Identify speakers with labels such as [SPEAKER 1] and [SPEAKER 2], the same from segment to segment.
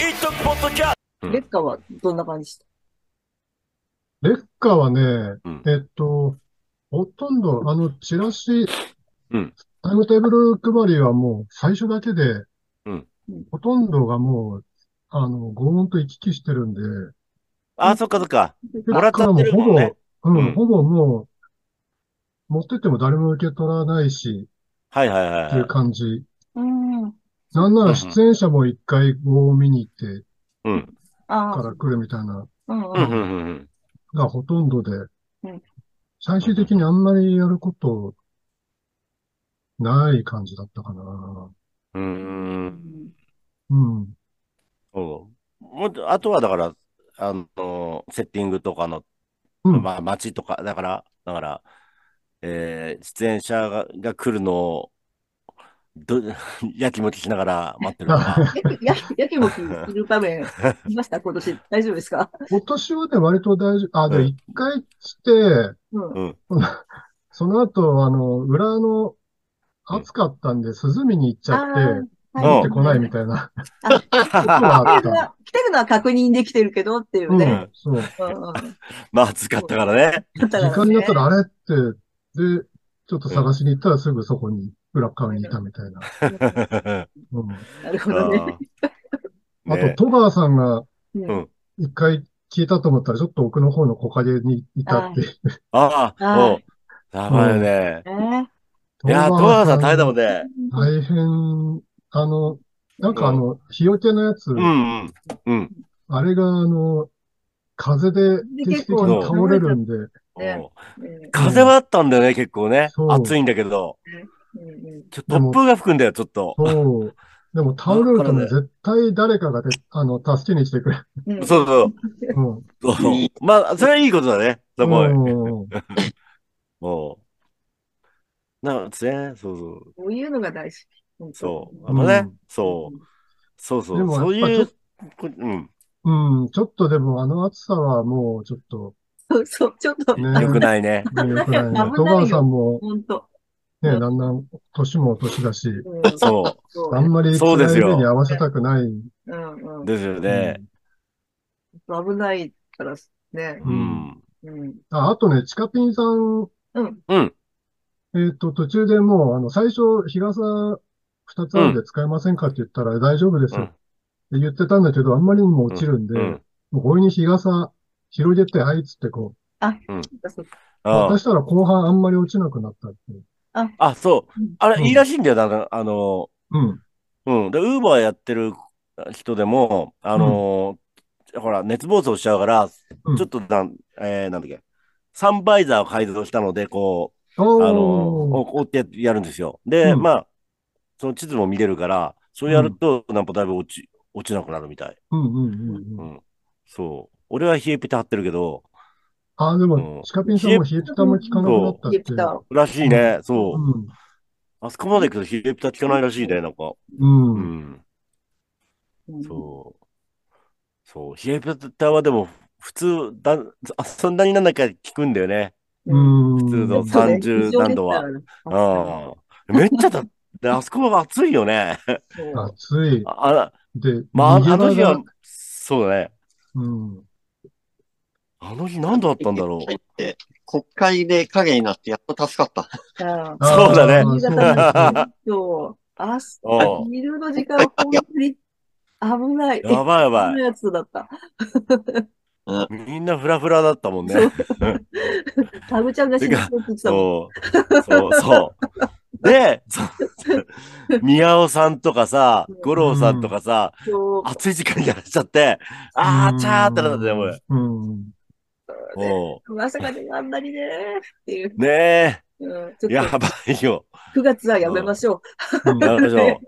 [SPEAKER 1] イトポッドキャス
[SPEAKER 2] うん
[SPEAKER 3] レッカーはどんな感じした
[SPEAKER 4] レッカーはね、
[SPEAKER 2] うん
[SPEAKER 4] えっと、ほとんど、あの、チラシ、
[SPEAKER 2] うん
[SPEAKER 4] タイムテーブル配りはもう最初だけで
[SPEAKER 2] うん、
[SPEAKER 4] ほとんどがもう、あの、ごーんと行き来してるんで、
[SPEAKER 1] ああ、そっかそっか。
[SPEAKER 4] レ
[SPEAKER 1] もらっ
[SPEAKER 4] ッ
[SPEAKER 1] ち
[SPEAKER 4] カ
[SPEAKER 1] ゃ
[SPEAKER 4] ー
[SPEAKER 1] ってるもんね
[SPEAKER 4] ほぼ、う
[SPEAKER 2] うん
[SPEAKER 4] ん、ほぼもう、持ってっても誰も受け取らないし、
[SPEAKER 1] はいはいはい
[SPEAKER 4] っていう
[SPEAKER 1] は
[SPEAKER 4] 感じ。
[SPEAKER 3] うん。あ
[SPEAKER 4] なんなら出演者も一回碁を見に行って
[SPEAKER 2] うん。
[SPEAKER 3] あ
[SPEAKER 4] から来るみたいな
[SPEAKER 3] うんう。
[SPEAKER 2] うん。うんんうんうん。
[SPEAKER 4] がほとんどで
[SPEAKER 3] ん、
[SPEAKER 4] 最終的にあんまりやることない感じだったかな。
[SPEAKER 2] うーん。
[SPEAKER 4] うん。
[SPEAKER 2] そう。もっとあとはだから、あの、セッティングとかの、
[SPEAKER 4] うん。
[SPEAKER 2] まあ、街とか、だから、だから、えー出演者が、が来るのを、ど、 やきもきしながら待ってるとか。
[SPEAKER 3] や、やけもきいる場面、いました今年。大丈夫ですか
[SPEAKER 4] 今年はね、割と大丈夫。あ、
[SPEAKER 2] うん
[SPEAKER 4] で、一回来て、
[SPEAKER 3] うん。
[SPEAKER 4] その後、あの、裏の、暑かったんで、涼みに行っちゃっ
[SPEAKER 3] あ
[SPEAKER 4] て、
[SPEAKER 3] ー
[SPEAKER 4] 戻
[SPEAKER 2] は
[SPEAKER 4] ってこないみ
[SPEAKER 3] い
[SPEAKER 4] たいな。
[SPEAKER 3] な。
[SPEAKER 4] な
[SPEAKER 3] 来てるのは、来てるのは確認できてるけどっていう
[SPEAKER 4] う
[SPEAKER 3] ね。
[SPEAKER 4] ん、そう。
[SPEAKER 3] うんうん。だ
[SPEAKER 2] まあ、暑かったからね。
[SPEAKER 3] った
[SPEAKER 4] 時間になった
[SPEAKER 3] ら
[SPEAKER 4] ら、あれって、で、ちょっと探しに行ったらすぐそこに、裏側にいたみたいな。
[SPEAKER 3] ね。
[SPEAKER 4] うん。
[SPEAKER 3] なるほどね。
[SPEAKER 2] あ
[SPEAKER 4] あ
[SPEAKER 2] ー
[SPEAKER 4] と、
[SPEAKER 2] ね
[SPEAKER 4] 戸川さんが
[SPEAKER 3] うんん。
[SPEAKER 4] 一回聞いたと思ったら、ちょっと奥の方の木陰にいた って。
[SPEAKER 2] ああ、
[SPEAKER 3] は
[SPEAKER 2] もう、やばいよね。
[SPEAKER 3] ね
[SPEAKER 2] いやー、戸川さん大変だもん
[SPEAKER 4] ん。
[SPEAKER 2] ね。
[SPEAKER 4] 大変、あの、なんかあの、日よけのやつ
[SPEAKER 2] う、んうん。うん。
[SPEAKER 4] あれがあの、風で
[SPEAKER 3] で
[SPEAKER 4] 定期的
[SPEAKER 3] 結
[SPEAKER 4] に
[SPEAKER 2] 構
[SPEAKER 4] 倒れるんで、
[SPEAKER 3] ね
[SPEAKER 2] おう
[SPEAKER 3] うん
[SPEAKER 2] 風はあったんだよね、結構ね
[SPEAKER 4] そ。う
[SPEAKER 2] 暑いんだけど。
[SPEAKER 3] うんうん
[SPEAKER 2] ちょ突風が吹くんだよ、ちょっと。
[SPEAKER 4] そう。でも倒れるとね、
[SPEAKER 2] だから
[SPEAKER 4] 絶対誰かがで、あの、助けに来てくれ る。
[SPEAKER 3] うん
[SPEAKER 2] そうそう。
[SPEAKER 4] うん。
[SPEAKER 2] そうまあ、それはいいことだね。そこは。
[SPEAKER 4] うん
[SPEAKER 2] もう。なんですね。そうそう。
[SPEAKER 3] こういうのが大事。本当
[SPEAKER 2] そう。あ
[SPEAKER 4] ん
[SPEAKER 2] のね
[SPEAKER 4] うん。
[SPEAKER 2] そう。そうそ
[SPEAKER 4] で
[SPEAKER 2] う。
[SPEAKER 4] も
[SPEAKER 2] そう
[SPEAKER 4] や
[SPEAKER 2] い
[SPEAKER 4] っ
[SPEAKER 2] う
[SPEAKER 4] ぱ、
[SPEAKER 2] こうん。
[SPEAKER 4] うん、ちょっとでもあの暑さはもうちょっと、
[SPEAKER 3] そうそう、ちょっと、
[SPEAKER 4] ね、
[SPEAKER 2] 良くない ね。
[SPEAKER 4] ね良くないね
[SPEAKER 3] 危ないよ
[SPEAKER 4] 戸川さんも
[SPEAKER 3] ほんと。
[SPEAKER 4] ね、
[SPEAKER 3] うん
[SPEAKER 4] だんだん年も年だし、
[SPEAKER 3] うん
[SPEAKER 2] そ
[SPEAKER 3] そう
[SPEAKER 4] あんまり
[SPEAKER 2] そうですよ
[SPEAKER 4] 辛い目に合わせたくない。
[SPEAKER 3] うんう
[SPEAKER 2] う。
[SPEAKER 3] ん
[SPEAKER 2] ですよね。
[SPEAKER 3] 危ないからね。
[SPEAKER 2] う
[SPEAKER 4] うん
[SPEAKER 2] ん。
[SPEAKER 3] うん。
[SPEAKER 4] あ、あとね、チカピンさん、
[SPEAKER 3] うん。
[SPEAKER 2] うん。
[SPEAKER 4] えっと、途中でもう、あの、最初、日傘二つあるんで使えませんかって言ったら、大丈夫ですよって言ってたんだけど、あんまりにも落ちるんで、
[SPEAKER 2] うん。
[SPEAKER 4] もう強引に日傘広げて、あいつってこ
[SPEAKER 3] そう
[SPEAKER 4] う、
[SPEAKER 2] あ
[SPEAKER 4] 渡したら後半あんまり落ちなくなったっていう。
[SPEAKER 2] ああ、そう
[SPEAKER 3] うん。
[SPEAKER 2] あ
[SPEAKER 4] う
[SPEAKER 2] れ、
[SPEAKER 4] ん
[SPEAKER 2] いいらしいんだよ。だからあの、
[SPEAKER 4] うん。
[SPEAKER 2] うん。で、ウーバーやってる人でも、あのーほら、熱暴走しちゃうから、
[SPEAKER 4] うん
[SPEAKER 2] ちょっとなん、えー、なんだっけ、サンバイザーを改造したので、こう、あのー
[SPEAKER 4] おー。
[SPEAKER 2] お追ってやるんですよ。で、
[SPEAKER 4] うん
[SPEAKER 2] まあ、その地図も見れるから、そうやると、なんかだいぶ落ち、落ちなくなるみたい。
[SPEAKER 4] うんうんうん
[SPEAKER 2] う
[SPEAKER 4] うん。
[SPEAKER 2] ん。そう。俺は冷えピタ張ってるけど、
[SPEAKER 4] あー、で
[SPEAKER 2] う
[SPEAKER 4] も
[SPEAKER 2] ん、
[SPEAKER 4] チカピンさんも冷えピタも効かなくなったっ
[SPEAKER 3] で
[SPEAKER 4] て
[SPEAKER 3] き
[SPEAKER 4] いう。
[SPEAKER 3] た。
[SPEAKER 2] らしいね。そうう。
[SPEAKER 4] ん。
[SPEAKER 2] あそこまで行くと冷えピタ効かないらしいね、なんか。
[SPEAKER 4] うん。
[SPEAKER 2] うん。
[SPEAKER 3] うん
[SPEAKER 2] そう。そう。冷えピタはでも、普通だ、あ、そんなになんだか効くんだよね。
[SPEAKER 4] うん。
[SPEAKER 2] 普通の
[SPEAKER 3] ちょっとね
[SPEAKER 2] 30何度は。うん。めっちゃだ、であそこは暑いよね。
[SPEAKER 3] そう
[SPEAKER 4] 暑い。
[SPEAKER 2] あら、
[SPEAKER 4] で、
[SPEAKER 2] まあ、あ
[SPEAKER 4] 逃げ場
[SPEAKER 2] の日
[SPEAKER 4] が
[SPEAKER 2] は、そうだね。
[SPEAKER 4] うん。
[SPEAKER 2] あの日何度あったんだろ う。
[SPEAKER 5] って、国会で影になってやっと助かった。
[SPEAKER 3] あ
[SPEAKER 4] あー
[SPEAKER 2] そうだね
[SPEAKER 3] あ。
[SPEAKER 4] そう
[SPEAKER 3] 新
[SPEAKER 4] です
[SPEAKER 3] 潟
[SPEAKER 4] ね
[SPEAKER 3] のそう。あす
[SPEAKER 2] おう
[SPEAKER 3] 昼の時間は本当に危ない。
[SPEAKER 2] やばいやばい
[SPEAKER 3] 危ないやつだった。
[SPEAKER 2] みんなフラフラだったもんね。
[SPEAKER 3] タグちゃんが死ぬって言ってた
[SPEAKER 2] そ
[SPEAKER 3] もん。
[SPEAKER 2] う。そう、そう。で、 そ宮尾さんとかさ、五郎さんとかさ、
[SPEAKER 3] そう
[SPEAKER 2] 暑い時間にやらしちゃって、 あー、ちゃーってなったね、もう。
[SPEAKER 4] うん。
[SPEAKER 2] おう
[SPEAKER 3] まさかね、あんなにねっていう。
[SPEAKER 2] ね
[SPEAKER 3] うんちょっ
[SPEAKER 2] え、や
[SPEAKER 3] と
[SPEAKER 2] ばいよ。
[SPEAKER 3] 9月はやめましょ
[SPEAKER 4] うん
[SPEAKER 2] やめましょ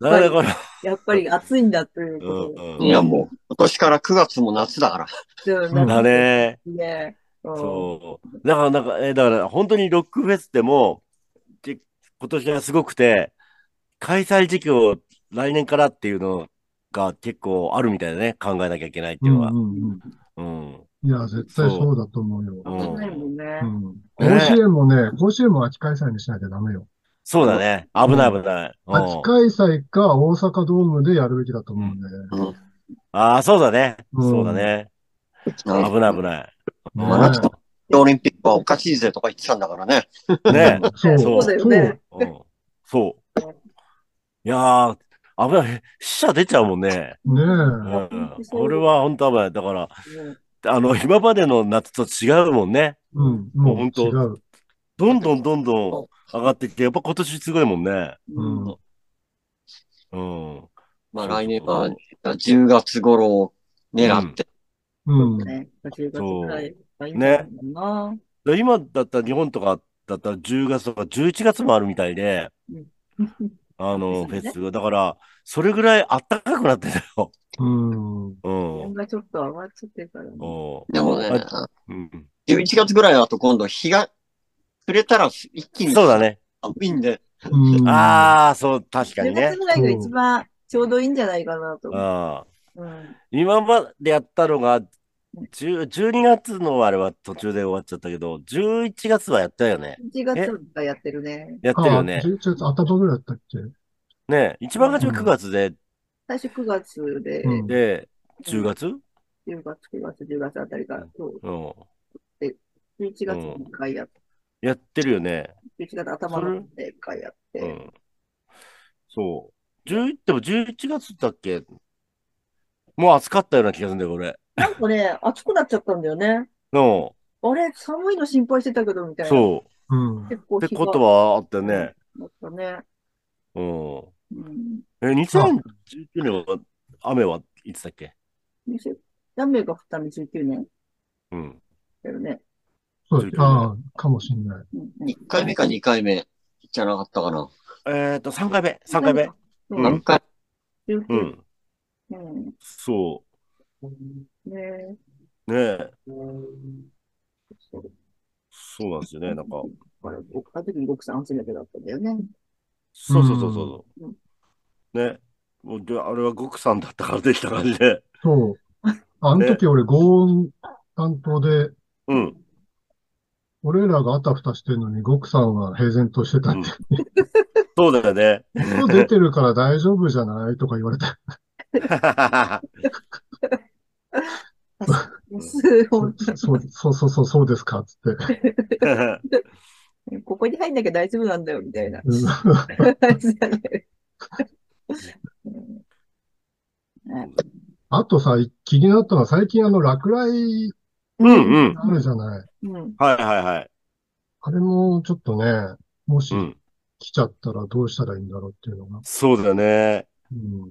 [SPEAKER 2] う。なんでこれ。
[SPEAKER 3] う。 やっぱり暑いんだという
[SPEAKER 2] う
[SPEAKER 3] こ
[SPEAKER 2] ん
[SPEAKER 5] いや、もう、今年から9月も夏だから。
[SPEAKER 3] とで。
[SPEAKER 2] う。
[SPEAKER 4] うんん
[SPEAKER 2] だね。
[SPEAKER 3] ね。そ
[SPEAKER 2] そう。だから、なんか、え、だから、本当にロックフェスでも、け今年はすごくて、開催時期を来年からっていうのが結構あるみたいだね。考えなきゃいけないって
[SPEAKER 4] う
[SPEAKER 2] いうの
[SPEAKER 4] ん
[SPEAKER 2] は。
[SPEAKER 4] うんうん。
[SPEAKER 2] うん。
[SPEAKER 4] いや、絶対そうだと思うよ。
[SPEAKER 3] う。危ないもんね
[SPEAKER 4] う。ん。
[SPEAKER 2] ね
[SPEAKER 4] 甲子園もね、甲子園も秋開催にしなきゃダメよ。
[SPEAKER 2] そうだね。危ない危ない。うん
[SPEAKER 4] 秋開催か大阪ドームでやるべきだと思うんだよね。
[SPEAKER 2] あああ、そうだね。
[SPEAKER 4] うん
[SPEAKER 2] そうだね。危ない危ない。
[SPEAKER 5] まあ、夏のオリンピックはおかしいぜとか言ってたんだからね。
[SPEAKER 2] ね
[SPEAKER 4] そう、
[SPEAKER 2] そう
[SPEAKER 3] だよね
[SPEAKER 2] え、うんそう。いやー、危ない。死者出ちゃうもんね。
[SPEAKER 4] ねえ。
[SPEAKER 2] うん、これは本当危ない。だから、あの、今までの夏と違うもんね。
[SPEAKER 4] うん、もう
[SPEAKER 2] 本当
[SPEAKER 4] 違う。
[SPEAKER 2] どんどんどんどん上がってきて、やっぱ今年すごいもんね。
[SPEAKER 4] うん
[SPEAKER 2] うん。
[SPEAKER 5] まあ来年は10月頃を狙って、
[SPEAKER 4] うん。
[SPEAKER 3] ね、10月
[SPEAKER 2] そう
[SPEAKER 3] ぐらいがいいんじゃな
[SPEAKER 2] ね
[SPEAKER 3] いかな。
[SPEAKER 2] で今だったら日本とかだったら10月とか11月もあるみたいで、あの、フ
[SPEAKER 3] ですね
[SPEAKER 2] ェスが。だから、それぐらいあったかくなってたよ。
[SPEAKER 4] うん。
[SPEAKER 2] うん
[SPEAKER 3] 気温。がちょっと上がっちゃってるからね。
[SPEAKER 2] お
[SPEAKER 5] でもね、
[SPEAKER 2] うん、
[SPEAKER 5] 11月ぐらいだと今度日が暮れたら一気に
[SPEAKER 2] そうだね。
[SPEAKER 5] 寒いんで、
[SPEAKER 4] うん。
[SPEAKER 2] ああ、そう、確かに
[SPEAKER 3] 10
[SPEAKER 2] ね
[SPEAKER 3] 月。ぐらいが一番ちょうどいいんじゃないかなと思う。
[SPEAKER 2] あー
[SPEAKER 3] うん
[SPEAKER 2] 今までやったのが、10 12月のあれは途中で終わっちゃったけど、11月はやったよね。
[SPEAKER 3] 11月がやってるね。
[SPEAKER 2] やってるよね
[SPEAKER 4] あ。11月頭ぐらいだったっけ
[SPEAKER 2] ね一番初め9月で、
[SPEAKER 3] 最初9月で、
[SPEAKER 4] うん
[SPEAKER 2] で、10月うん。
[SPEAKER 3] 10月、9月、10月あたりが、そう、11月に1回やって、
[SPEAKER 2] やってるよね。
[SPEAKER 3] 11月頭の方で1回やっ
[SPEAKER 2] う
[SPEAKER 3] て、
[SPEAKER 2] ん。そう。11、でも11月だっけもう暑かったような気がするんだよ、俺。
[SPEAKER 3] なんかね、暑くなっちゃったんだよね。
[SPEAKER 2] の、
[SPEAKER 3] あれ、寒いの心配してたけど、みたいな。
[SPEAKER 2] そ
[SPEAKER 4] うん。
[SPEAKER 3] 結構
[SPEAKER 2] う。って
[SPEAKER 3] 日が
[SPEAKER 2] ことはあったよね。
[SPEAKER 3] だったね。
[SPEAKER 2] うん。
[SPEAKER 3] うん。
[SPEAKER 2] え、2019年は雨はいつだっけ
[SPEAKER 3] 20雨が降ったの19年
[SPEAKER 2] うん。
[SPEAKER 3] だよね。
[SPEAKER 4] そうだああ、かもしんない。
[SPEAKER 3] うんうん
[SPEAKER 5] 1回目か2回目じゃなかったかな。
[SPEAKER 2] えっと、3回目、3回目。。
[SPEAKER 3] う
[SPEAKER 5] 何
[SPEAKER 3] ん。
[SPEAKER 5] 回
[SPEAKER 2] う
[SPEAKER 3] 19
[SPEAKER 2] ん。
[SPEAKER 3] うん。
[SPEAKER 2] そ
[SPEAKER 3] ね
[SPEAKER 2] う。
[SPEAKER 3] え。
[SPEAKER 2] ねえ。そうなんですよね。なんか、
[SPEAKER 3] あれ、僕あの時に僕さん初めてだったんだよね。
[SPEAKER 2] そうそうそうそう
[SPEAKER 3] うん
[SPEAKER 2] そう。ね。もうで、あれは極さんだったからできた感じで。
[SPEAKER 4] そう。あの時俺、合音担当で、
[SPEAKER 2] うん。
[SPEAKER 4] 俺らがあたふたしてるのに、ゴクさんは平然としてたんで、
[SPEAKER 2] そうだよね。
[SPEAKER 4] 音出てるから大丈夫じゃないとか言われて、
[SPEAKER 3] 本当
[SPEAKER 4] そう、そうそうそう、そうですか、つって。
[SPEAKER 3] にここに入んなきゃ大丈夫なんだよ、みたいな
[SPEAKER 4] うん
[SPEAKER 3] 感じだね。うんね
[SPEAKER 4] あとさ、気になったのは最近あの落雷
[SPEAKER 2] うんうん。
[SPEAKER 4] あるじゃない。
[SPEAKER 3] うん。
[SPEAKER 2] はいはいはい。
[SPEAKER 4] あれもちょっとね、もし
[SPEAKER 2] うん。
[SPEAKER 4] 来ちゃったらどうしたらいいんだろうっていうのが。
[SPEAKER 2] そうだよね。
[SPEAKER 4] うん。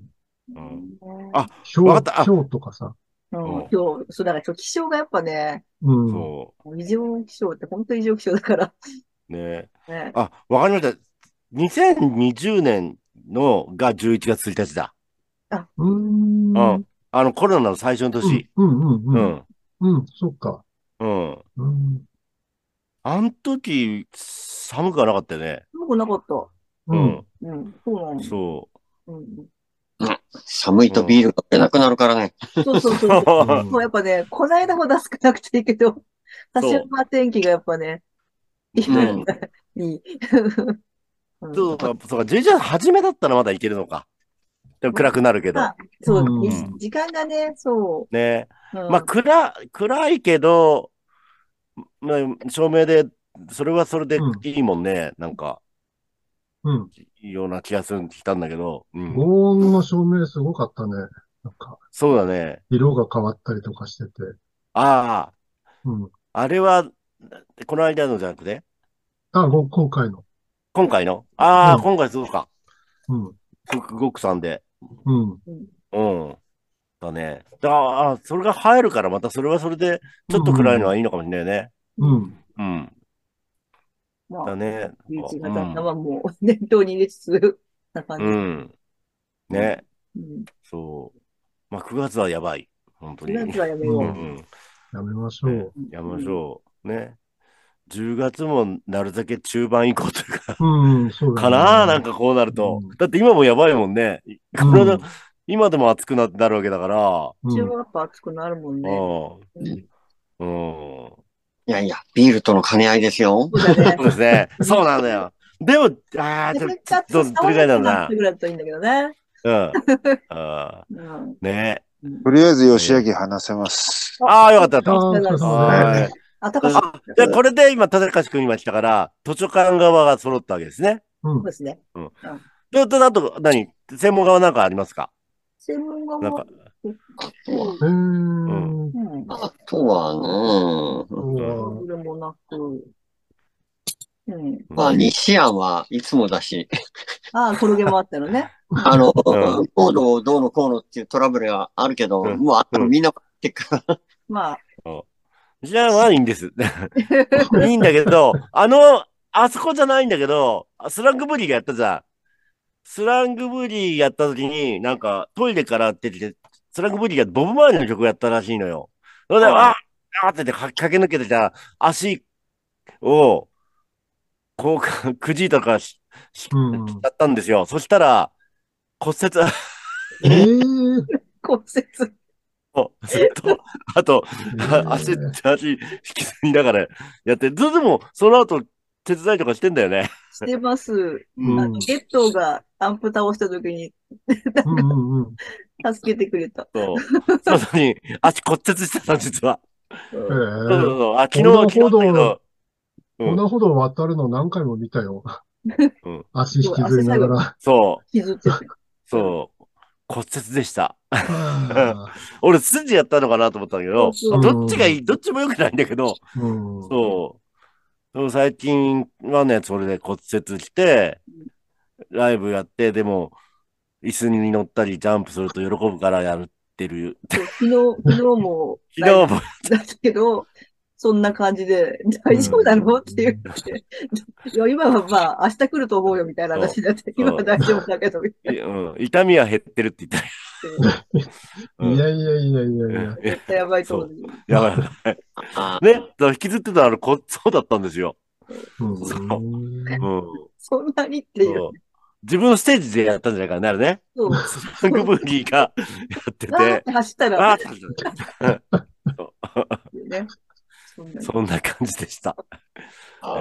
[SPEAKER 2] うん。
[SPEAKER 3] あ、
[SPEAKER 2] あ
[SPEAKER 4] ひょう、
[SPEAKER 2] わかったあ
[SPEAKER 4] ひょうとかさ。
[SPEAKER 3] うん、今日、そう、だから今日気象がやっぱね、
[SPEAKER 4] うん。
[SPEAKER 2] そ
[SPEAKER 3] 異常気象って本当異常気象だから、
[SPEAKER 2] う。ね。
[SPEAKER 3] ね。
[SPEAKER 2] あ、わかりました。2020年のが11月1日だ。
[SPEAKER 4] うー
[SPEAKER 2] う
[SPEAKER 4] ん。うん
[SPEAKER 2] ん。あの、コロナの最初の年。
[SPEAKER 4] うんうん
[SPEAKER 2] う
[SPEAKER 4] うん。
[SPEAKER 2] ん。
[SPEAKER 4] うん、そっか。
[SPEAKER 2] うん。
[SPEAKER 4] うん。
[SPEAKER 2] あの時、寒くはなかったよね。
[SPEAKER 3] すごくなかった。
[SPEAKER 4] う。
[SPEAKER 2] うんん。
[SPEAKER 3] うん、そうなの。
[SPEAKER 2] そ
[SPEAKER 3] うん
[SPEAKER 5] 寒いとビールが出なくなるからね。
[SPEAKER 3] そうそうそうう。
[SPEAKER 4] ん
[SPEAKER 3] もうやっぱね、こないだほど少なくていいけど、多
[SPEAKER 2] そう
[SPEAKER 3] 少は天気がやっぱね、いい。
[SPEAKER 5] うん
[SPEAKER 3] いい。うん
[SPEAKER 2] そうか、そうか、11月初めだったらまだいけるのか。でも暗くなるけど。
[SPEAKER 3] まあそう
[SPEAKER 4] うん
[SPEAKER 3] い時間がね、そ
[SPEAKER 2] ね。
[SPEAKER 3] う。うん
[SPEAKER 2] まあ、暗、暗いけど、まあ、照明で、それはそれでいいもんね。なんか、
[SPEAKER 4] うん。
[SPEAKER 2] いいような気がする、したんだけど。うん。
[SPEAKER 4] 防音の照明すごかったね。なんか、
[SPEAKER 2] そうだね。
[SPEAKER 4] 色が変わったりとかしてて。
[SPEAKER 2] あ
[SPEAKER 4] うん。
[SPEAKER 2] あ、あれは、この間のじゃなくて
[SPEAKER 4] あ、ご今回の。
[SPEAKER 2] 今回のああ、
[SPEAKER 4] うん
[SPEAKER 2] 今回そうか。
[SPEAKER 4] うん。
[SPEAKER 2] ごくごくさんで。
[SPEAKER 4] うん。
[SPEAKER 2] うん。だね。だああ、それが入るから、またそれはそれで、ちょっと暗いのはいいのかもしれないね。
[SPEAKER 4] うん。
[SPEAKER 2] うん。
[SPEAKER 3] ま
[SPEAKER 2] だ
[SPEAKER 3] あ、
[SPEAKER 2] ね。
[SPEAKER 3] 11月
[SPEAKER 2] うん
[SPEAKER 3] 頭もう念頭に入れつつ、な感じ
[SPEAKER 2] う。ん。ね、
[SPEAKER 3] うん
[SPEAKER 2] そう。まあ、9月はやばい。本当に。
[SPEAKER 3] 9月はやめ
[SPEAKER 2] う
[SPEAKER 3] よ
[SPEAKER 2] んうん。
[SPEAKER 4] やめましょう。
[SPEAKER 3] う。
[SPEAKER 2] やめましょう。ね。10月もなるだけ中盤以降というか、
[SPEAKER 4] うん、そうだ
[SPEAKER 2] か
[SPEAKER 4] ね。
[SPEAKER 2] ななんかこうなると
[SPEAKER 4] うん。
[SPEAKER 2] だって今もやばいもんね。こ
[SPEAKER 4] う
[SPEAKER 2] の
[SPEAKER 4] ん
[SPEAKER 2] 間今でも暑くななるわけだから。
[SPEAKER 4] う。
[SPEAKER 3] うん中はやっぱ暑くなるもん
[SPEAKER 2] う
[SPEAKER 3] ね。
[SPEAKER 2] ん。うん。
[SPEAKER 5] いやいや、ビールとの兼ね合いですよ。
[SPEAKER 3] そうだね
[SPEAKER 2] そう。ですね。そうなんだよ。でも、ああ、ち
[SPEAKER 3] でそ
[SPEAKER 2] ょ
[SPEAKER 3] れ
[SPEAKER 2] ちょっと、どれぐらいだろうな
[SPEAKER 3] ぐらいだといいんだけどね。
[SPEAKER 2] うん。ああ
[SPEAKER 3] うん
[SPEAKER 2] ね
[SPEAKER 3] うん
[SPEAKER 6] とりあえず、吉明話せます。
[SPEAKER 2] ああ、よかったよ
[SPEAKER 4] あ
[SPEAKER 2] かっ
[SPEAKER 4] あ、お疲れ様です。
[SPEAKER 2] た。
[SPEAKER 3] あ
[SPEAKER 2] は。
[SPEAKER 4] はい
[SPEAKER 3] あたかしさん
[SPEAKER 2] あじゃあこれで今、立川君今来たから、図書館側が揃ったわけですね。
[SPEAKER 3] そうですね。
[SPEAKER 2] ちょっと、あと、何専門側なんかありますか
[SPEAKER 3] 専門が
[SPEAKER 2] なん
[SPEAKER 3] も
[SPEAKER 2] か、
[SPEAKER 5] あとは、
[SPEAKER 4] い。えー、
[SPEAKER 3] うん。
[SPEAKER 5] あとはね、
[SPEAKER 4] うわ
[SPEAKER 3] それもなく、うん。
[SPEAKER 5] まあ、西山はいつもだし、
[SPEAKER 3] ああ、転げ回ったの ね。
[SPEAKER 5] あの、
[SPEAKER 2] ん
[SPEAKER 5] コードをどうのこうのっていうトラブルがあるけど、
[SPEAKER 2] うん
[SPEAKER 5] もうあったのみんな分かってっから、
[SPEAKER 3] まあ、
[SPEAKER 2] じゃあ、いいんです。 いいんだけど、あの、あそこじゃないんだけど、スラングブリーがやったじゃん。スラングブリーやった時に、なんかトイレから出てきて、スラングブリーがボブ・マーリーの曲やったらしいのよ。それで、
[SPEAKER 5] はい
[SPEAKER 2] ああってか駆け抜けてた足を、こうか、くじいたからし、し
[SPEAKER 4] うん
[SPEAKER 2] やったんですよ。そしたら、骨折、
[SPEAKER 4] えー、
[SPEAKER 3] 骨折。
[SPEAKER 2] ずっと、あと、足、足、引きずりながらやって、ずでも、その後、手伝いとかしてんだよね。
[SPEAKER 3] してます。
[SPEAKER 4] うん
[SPEAKER 3] あのゲットーがアンプ倒した時に
[SPEAKER 4] うんうんうん。
[SPEAKER 3] 助けてくれた。
[SPEAKER 2] そう。その時に、足骨折してたの、実は。
[SPEAKER 4] え
[SPEAKER 2] そうそう
[SPEAKER 4] ー、
[SPEAKER 2] そう。あ、昨日、
[SPEAKER 4] 横
[SPEAKER 2] 昨日だ
[SPEAKER 4] 断歩道
[SPEAKER 2] けど、うん
[SPEAKER 4] こんなほど渡るの何回も見たよ
[SPEAKER 2] うん。
[SPEAKER 4] 足引きずりながら。
[SPEAKER 2] そう、
[SPEAKER 3] 傷ついて。
[SPEAKER 2] そう、骨折でした。
[SPEAKER 4] あ
[SPEAKER 2] 俺、筋やったのかなと思ったんだけど、
[SPEAKER 3] そう
[SPEAKER 4] そう
[SPEAKER 2] どっちがいい、どっちも良くないんだけど、
[SPEAKER 4] ーうん。
[SPEAKER 2] そう。でも最近はね、それで骨折して、ライブやって、でも、椅子に乗ったり、ジャンプすると喜ぶからやってる。
[SPEAKER 3] そう昨日、昨日も、
[SPEAKER 2] 昨日も、
[SPEAKER 3] だけど、そんな感じで、大丈夫なのって言って、いや、今はまあ、明日来ると思うよみたいな話になって、今は大丈夫だけど、みたいな。
[SPEAKER 2] うん、痛みは減ってるって言ったうん
[SPEAKER 4] いやいやいやいやいや。
[SPEAKER 3] 絶対やばいと思う。
[SPEAKER 2] やばい。
[SPEAKER 5] あ
[SPEAKER 2] ね、だから引きずってたあの、こそうだったんですよ。
[SPEAKER 4] うん
[SPEAKER 2] そうん。
[SPEAKER 3] そんなにっていう。
[SPEAKER 2] そう自分のステージでやったんじゃないかな、あれね。
[SPEAKER 3] そう。
[SPEAKER 2] スラングブーギーがやって、
[SPEAKER 3] わーってて走ったら、
[SPEAKER 2] あ
[SPEAKER 3] っ
[SPEAKER 2] あ
[SPEAKER 3] てね。そんな
[SPEAKER 2] そんな感じでした。